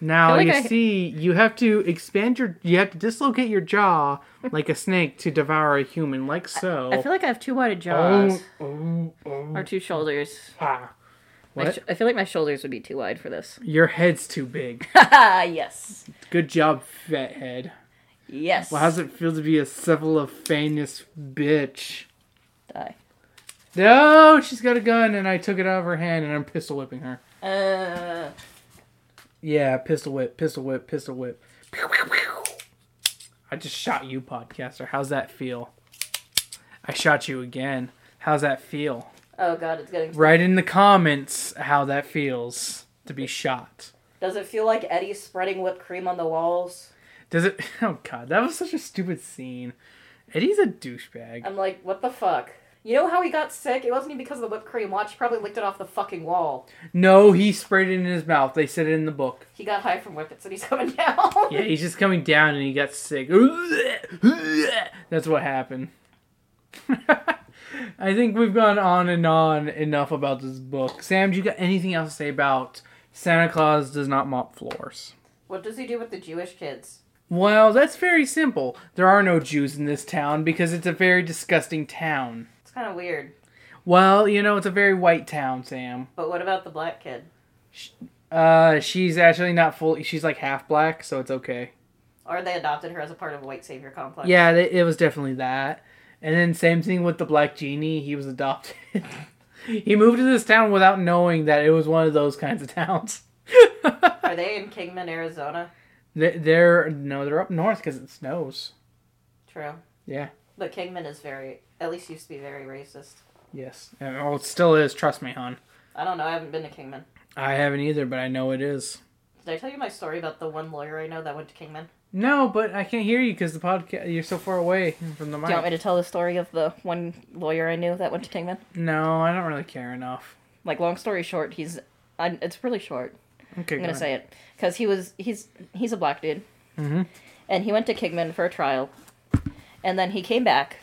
Speaker 1: Now
Speaker 3: I feel
Speaker 1: you
Speaker 3: like I-
Speaker 1: see, you have to expand your, you have to dislocate your jaw like a snake to devour a human, like so.
Speaker 3: I feel like I have too wide of jaws
Speaker 1: Oh, oh,
Speaker 3: or two shoulders.
Speaker 1: ah.
Speaker 3: My
Speaker 1: What?
Speaker 3: sh- I feel like my shoulders would be too wide for this.
Speaker 1: Your head's too big.
Speaker 3: Ah, yes,
Speaker 1: Good job, fat head.
Speaker 3: yes.
Speaker 1: Well, how's it feel to be a cephalophanus bitch?
Speaker 3: Die.
Speaker 1: No, she's got a gun, and I took it out of her hand, and I'm pistol whipping her.
Speaker 3: Uh,
Speaker 1: Yeah, pistol whip, pistol whip, pistol whip. Pew, pew, pew. I just shot you, podcaster. How's that feel? I shot you again. How's that feel?
Speaker 3: oh god, it's getting.
Speaker 1: Write in the comments how that feels to be shot.
Speaker 3: Does it feel like Eddie's spreading whipped cream on the walls?
Speaker 1: Does it? Oh god, that was such a stupid scene. Eddie's a douchebag.
Speaker 3: I'm like, what the fuck? You know how he got sick? It wasn't even because of the whipped cream. Watch, he probably licked it off the fucking wall.
Speaker 1: No, he sprayed it in his mouth. They said it in the book.
Speaker 3: He got high from whippets and he's coming down.
Speaker 1: Yeah, he's just coming down and he got sick. That's what happened. I think we've gone on and on enough about this book. Sam, do you got anything else to say about Santa Claus does not mop floors?
Speaker 3: What does he do with the Jewish kids?
Speaker 1: Well, that's very simple. There are no Jews in this town because it's a very disgusting town.
Speaker 3: It's kind of weird.
Speaker 1: Well, you know, it's a very white town, Sam.
Speaker 3: But what about the black kid?
Speaker 1: Uh, she's actually not fully, she's like half black, so it's okay.
Speaker 3: Or they adopted her as a part of a white savior complex.
Speaker 1: Yeah, th- it was definitely that. And then same thing with the black genie. He was adopted. he moved to this town without knowing that it was one of those kinds of towns.
Speaker 3: Are they in Kingman, Arizona?
Speaker 1: They- they're no, they're up north because it snows.
Speaker 3: True.
Speaker 1: Yeah.
Speaker 3: But Kingman is very, at least used to be very racist.
Speaker 1: Yes. And- Oh, it still is. Trust me, hon.
Speaker 3: I don't know. I haven't been to Kingman.
Speaker 1: I haven't either, but I know it is.
Speaker 3: Did I tell you my story about the one lawyer I know that went to Kingman?
Speaker 1: No, but I can't hear you because the podcast. You're so far away from the mic.
Speaker 3: Do you want me to tell the story of the one lawyer I knew that went to Kingman?
Speaker 1: No, I don't really care enough.
Speaker 3: Like, long story short, he's. I, it's really short.
Speaker 1: Okay.
Speaker 3: I'm gonna say it because he was he's he's a black dude, and he went to Kingman for a trial, and then he came back,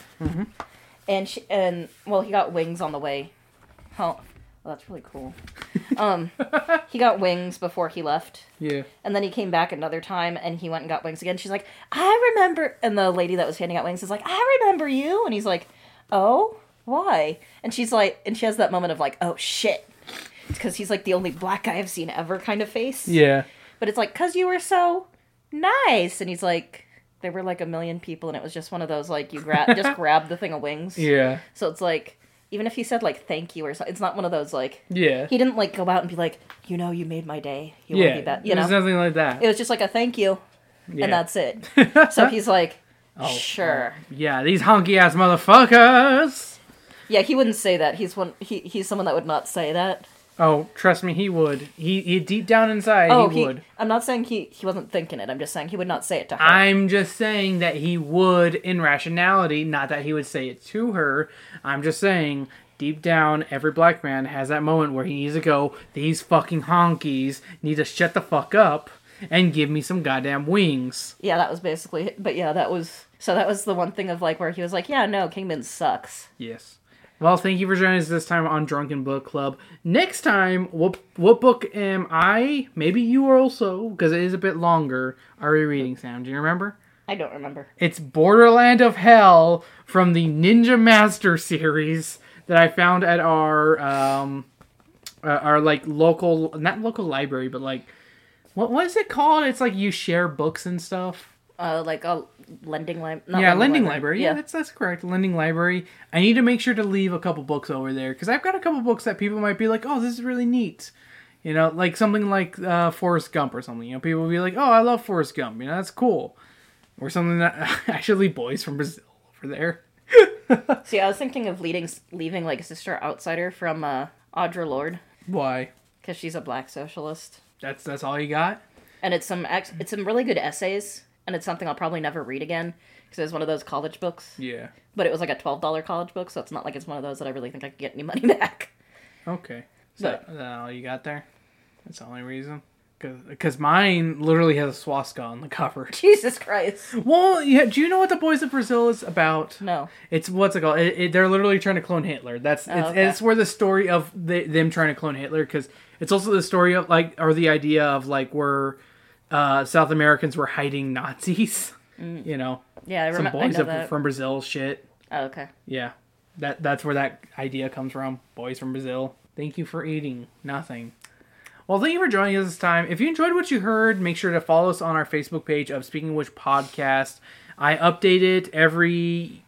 Speaker 3: and she, and well he got wings on the way. How? Well, that's really cool. um, he got wings before he left,
Speaker 1: Yeah.
Speaker 3: and then he came back another time, and he went and got wings again. She's like, I remember, and the lady that was handing out wings is like, I remember you, and he's like, Oh, why? And she's like, and she has that moment of like, Oh shit. Because he's like the only black guy I've seen ever, kind of face.
Speaker 1: Yeah.
Speaker 3: But it's like, because you were so nice. And he's like, there were like a million people, and it was just one of those, like, you grab just grab the thing of wings.
Speaker 1: Yeah.
Speaker 3: So it's like, even if he said, like, thank you or something, it's not one of those, like,
Speaker 1: Yeah.
Speaker 3: he didn't, like, go out and be like, you know, you made my day. You want
Speaker 1: Yeah.
Speaker 3: to be that, you know?
Speaker 1: There's nothing like that.
Speaker 3: It was just like a thank you,
Speaker 1: Yeah. Oh,
Speaker 3: and that's it. So he's like, sure.
Speaker 1: Yeah, these honky ass motherfuckers.
Speaker 3: Yeah, he wouldn't say that. He's one. He, he's someone that would not say that.
Speaker 1: Oh, trust me, he would. He, he deep down inside,
Speaker 3: Oh,
Speaker 1: he,
Speaker 3: he.
Speaker 1: would.
Speaker 3: I'm not saying he he wasn't thinking it. I'm just saying he would not say it to her.
Speaker 1: I'm just saying that he would in rationality, not that he would say it to her. I'm just saying, deep down, every black man has that moment where he needs to go, these fucking honkies need to shut the fuck up and give me some goddamn wings.
Speaker 3: Yeah, that was basically it. But yeah, that was so that was the one thing of like where he was like, Yeah, no, Kingman sucks.
Speaker 1: Yes. Well, thank you for joining us this time on Drunken Book Club. Next time, what what book am I? Maybe you are also, because it is a bit longer. Are we reading, Sam? Do you remember?
Speaker 3: I don't remember.
Speaker 1: It's Borderland of Hell from the Ninja Master series that I found at our um uh, our like local not local library, but like what what is it called? It's like you share books and stuff.
Speaker 3: Uh like a lending li- not
Speaker 1: Yeah, lending library. Yeah,
Speaker 3: Yeah.
Speaker 1: that's that's correct. Lending library. I need to make sure to leave a couple books over there because I've got a couple books that people might be like, "Oh, this is really neat," you know, like something like uh, Forrest Gump or something. You know, people will be like, "Oh, I love Forrest Gump." You know, that's cool, or something that I should leave Boys from Brazil over there.
Speaker 3: See, I was thinking of leading, leaving like Sister Outsider from uh, Audre Lorde
Speaker 1: Why?
Speaker 3: because she's a black socialist,
Speaker 1: That's that's all you got?
Speaker 3: and it's some ex- it's some really good essays, and it's something I'll probably never read again because it was one of those college books,
Speaker 1: Yeah.
Speaker 3: but it was like a twelve dollar college book, so it's not like it's one of those that I really think I could get any money back.
Speaker 1: Okay. Is that, is that all you got there? That's the only reason. Because mine literally has a swastika on the cover.
Speaker 3: Jesus Christ!
Speaker 1: Well, yeah. Do you know what the Boys of Brazil is about?
Speaker 3: No,
Speaker 1: It's what's it called? It, it, they're literally trying to clone Hitler. That's it's,
Speaker 3: Oh, okay.
Speaker 1: it's where the story of the, them trying to clone Hitler because it's also the story of like or the idea of like where uh, South Americans were hiding Nazis. You know,
Speaker 3: yeah, I
Speaker 1: some
Speaker 3: remember. Mm. I
Speaker 1: boys
Speaker 3: know
Speaker 1: of,
Speaker 3: that.
Speaker 1: from Brazil shit.
Speaker 3: Oh, okay.
Speaker 1: Yeah, that that's where that idea comes from. Boys from Brazil. Thank you for eating nothing. Well, thank you for joining us this time. If you enjoyed what you heard, make sure to follow us on our Facebook page of Speaking Which Podcast. I update it every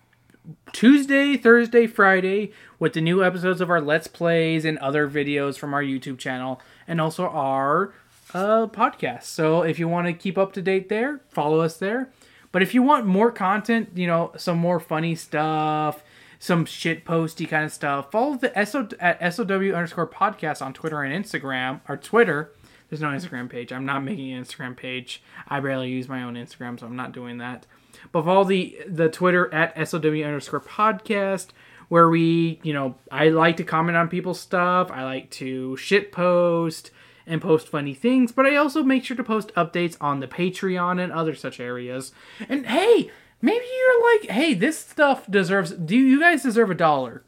Speaker 1: Tuesday, Thursday, Friday with the new episodes of our Let's Plays and other videos from our YouTube channel and also our uh, podcast. So if you want to keep up to date there, follow us there. But if you want more content, you know, some more funny stuff, some shit posty kind of stuff, follow the SO at SOW underscore podcast on Twitter and Instagram, or Twitter. There's no Instagram page. I'm not making an Instagram page. I barely use my own Instagram, so I'm not doing that. But follow the the Twitter at SOW underscore podcast, where we, you know, I like to comment on people's stuff. I like to shit post and post funny things, but I also make sure to post updates on the Patreon and other such areas. And hey, maybe you're like, hey, this stuff deserves do you guys deserve a dollar?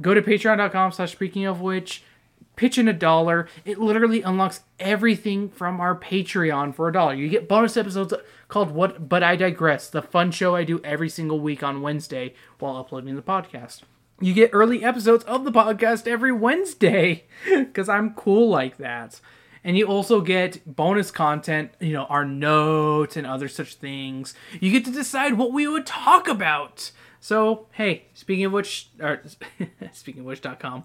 Speaker 1: Go to patreon.com slash speaking of which pitch in a dollar. It literally unlocks everything from our Patreon for a dollar. You get bonus episodes called What But I Digress, the fun show I do every single week on Wednesday while uploading the podcast. You get early episodes of the podcast every Wednesday because I'm cool like that. And you also get bonus content, you know, our notes and other such things. You get to decide what we would talk about. So, hey, speaking of which, or speaking of which.com,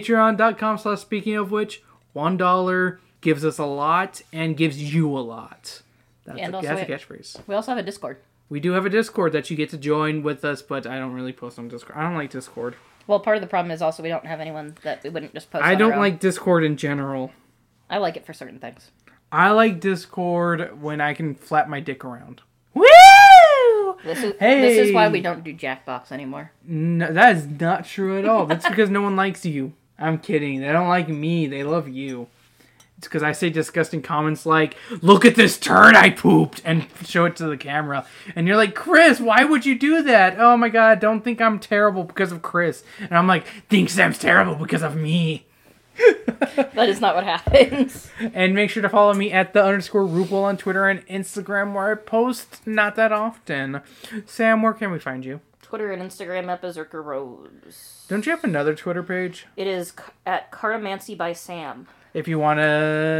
Speaker 1: patreon.com slash speaking of which, $1 gives us a lot and gives you a lot. That's,
Speaker 3: And
Speaker 1: a,
Speaker 3: also
Speaker 1: that's a
Speaker 3: it-
Speaker 1: catchphrase.
Speaker 3: We also have a Discord.
Speaker 1: We do have a Discord that you get to join with us, but I don't really post on Discord. I don't like Discord.
Speaker 3: Well, part of the problem is also we don't have anyone that we wouldn't just post.
Speaker 1: I
Speaker 3: on our
Speaker 1: don't
Speaker 3: own.
Speaker 1: like Discord in general.
Speaker 3: I like it for certain things.
Speaker 1: I like Discord when I can flap my dick around. Woo!
Speaker 3: This is this is why we
Speaker 1: Hey!
Speaker 3: don't do Jackbox anymore.
Speaker 1: No, that is not true at all. That's because no one likes you. I'm kidding. They don't like me. They love you. It's because I say disgusting comments like, "Look at this turd I pooped," and show it to the camera, and you're like, "Chris, why would you do that?" Oh my god, don't think I'm terrible because of Chris. And I'm like, "Think Sam's terrible because of me."
Speaker 3: That is not what happens.
Speaker 1: And make sure to follow me at the underscore Rupal on Twitter and Instagram, where I post not that often. Sam, where can we find you?
Speaker 3: Twitter and Instagram up as Urker Rose.
Speaker 1: Don't you have another Twitter page?
Speaker 3: It is c- at Cartomancy by Sam.
Speaker 1: If you want to.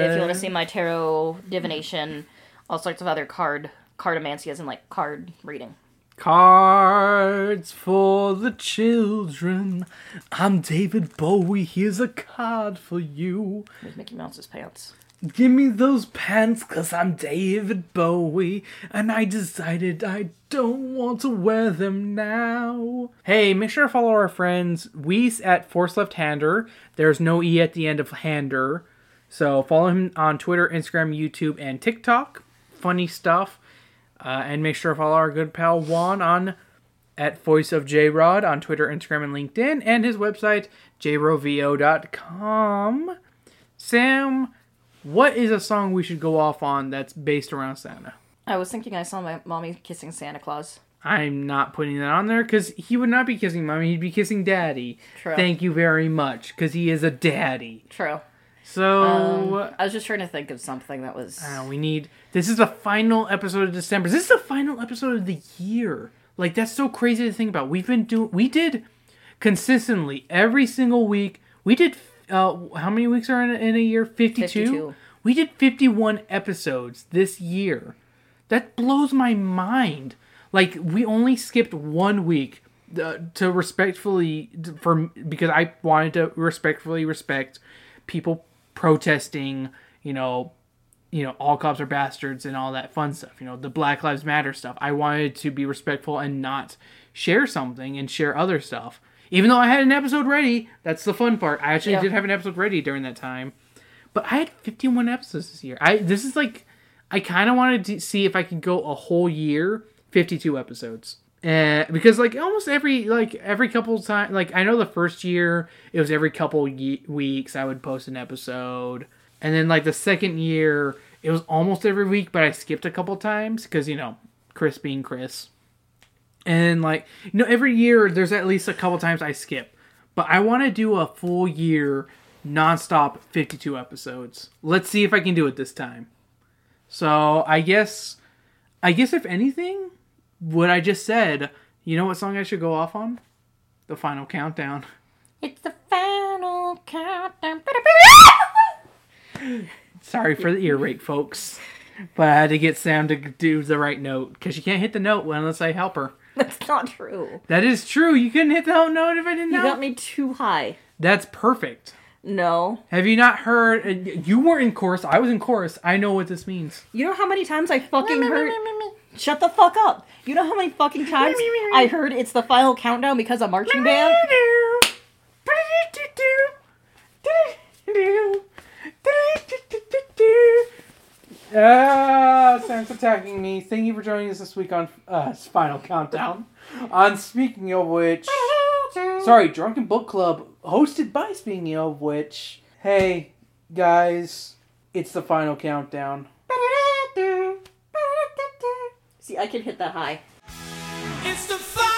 Speaker 3: If you want to see my tarot divination, all sorts of other card cartomancy as in like card reading.
Speaker 1: Cards for the children. I'm David Bowie. Here's a card for you.
Speaker 3: With Mickey Mouse's pants.
Speaker 1: Give me those pants, cause I'm David Bowie, and I decided I don't want to wear them now. Hey, make sure to follow our friends Weiss at Force Left Hander. There's no E at the end of Hander. So follow him on Twitter, Instagram, YouTube, and TikTok. Funny stuff. Uh, and make sure to follow our good pal Juan on at Voice of J Rod on Twitter, Instagram, and LinkedIn, and his website, jrovo.com. Sam, what is a song we should go off on that's based around Santa?
Speaker 3: I was thinking I saw my mommy kissing Santa Claus.
Speaker 1: I'm not putting that on there because he would not be kissing mommy. He'd be kissing daddy.
Speaker 3: True.
Speaker 1: Thank you very much because he is a daddy.
Speaker 3: True.
Speaker 1: So
Speaker 3: I was just trying to think of something that was
Speaker 1: uh, we need. This is the final episode of December. This is the final episode of the year. Like that's so crazy to think about. We've been doing. We did consistently every single week. We did. Uh, how many weeks are in, in a year? 52?
Speaker 3: 52.
Speaker 1: We did 51 episodes this year. That blows my mind. Like we only skipped one week uh, to respectfully for because I wanted to respectfully respect people protesting, you know, you know, all cops are bastards and all that fun stuff, you know, the Black Lives Matter stuff. I wanted to be respectful and not share something and share other stuff. Even though I had an episode ready, that's the fun part. I actually
Speaker 3: Yeah.
Speaker 1: did have an episode ready during that time, but I had 51 episodes this year. I this is like I kind of wanted to see if I could go a whole year, 52 episodes. Uh, because like almost every like every couple time like I know the first year it was every couple ye- weeks I would post an episode and then like the second year it was almost every week but I skipped a couple times cuz you know Chris being Chris and like you know every year there's at least a couple times I skip but I want to do a full year nonstop 52 episodes let's see if I can do it this time so I guess, I guess if anything, what I just said, you know what song I should go off on? The final countdown.
Speaker 3: It's the final countdown.
Speaker 1: Sorry for the ear rape, folks, but I had to get Sam to do the right note because she can't hit the note unless I help her.
Speaker 3: That's not true.
Speaker 1: That is true. You couldn't hit the note if I didn't
Speaker 3: You
Speaker 1: know.
Speaker 3: got me too high.
Speaker 1: That's perfect.
Speaker 3: No.
Speaker 1: Have you not heard? uh, You were in chorus. I was in chorus. I know what this means.
Speaker 3: You know how many times I fucking heard. Shut the fuck up. You know how many fucking times I heard it's the final countdown because of marching band?
Speaker 1: Ah, Sam's attacking me. Thank you for joining us this week on uh, Final Countdown. On Speaking of Which. Sorry, Drunken Book Club, hosted by Speaking of Which. Hey, guys, it's the final countdown.
Speaker 3: See, I can hit that high.
Speaker 7: It's the final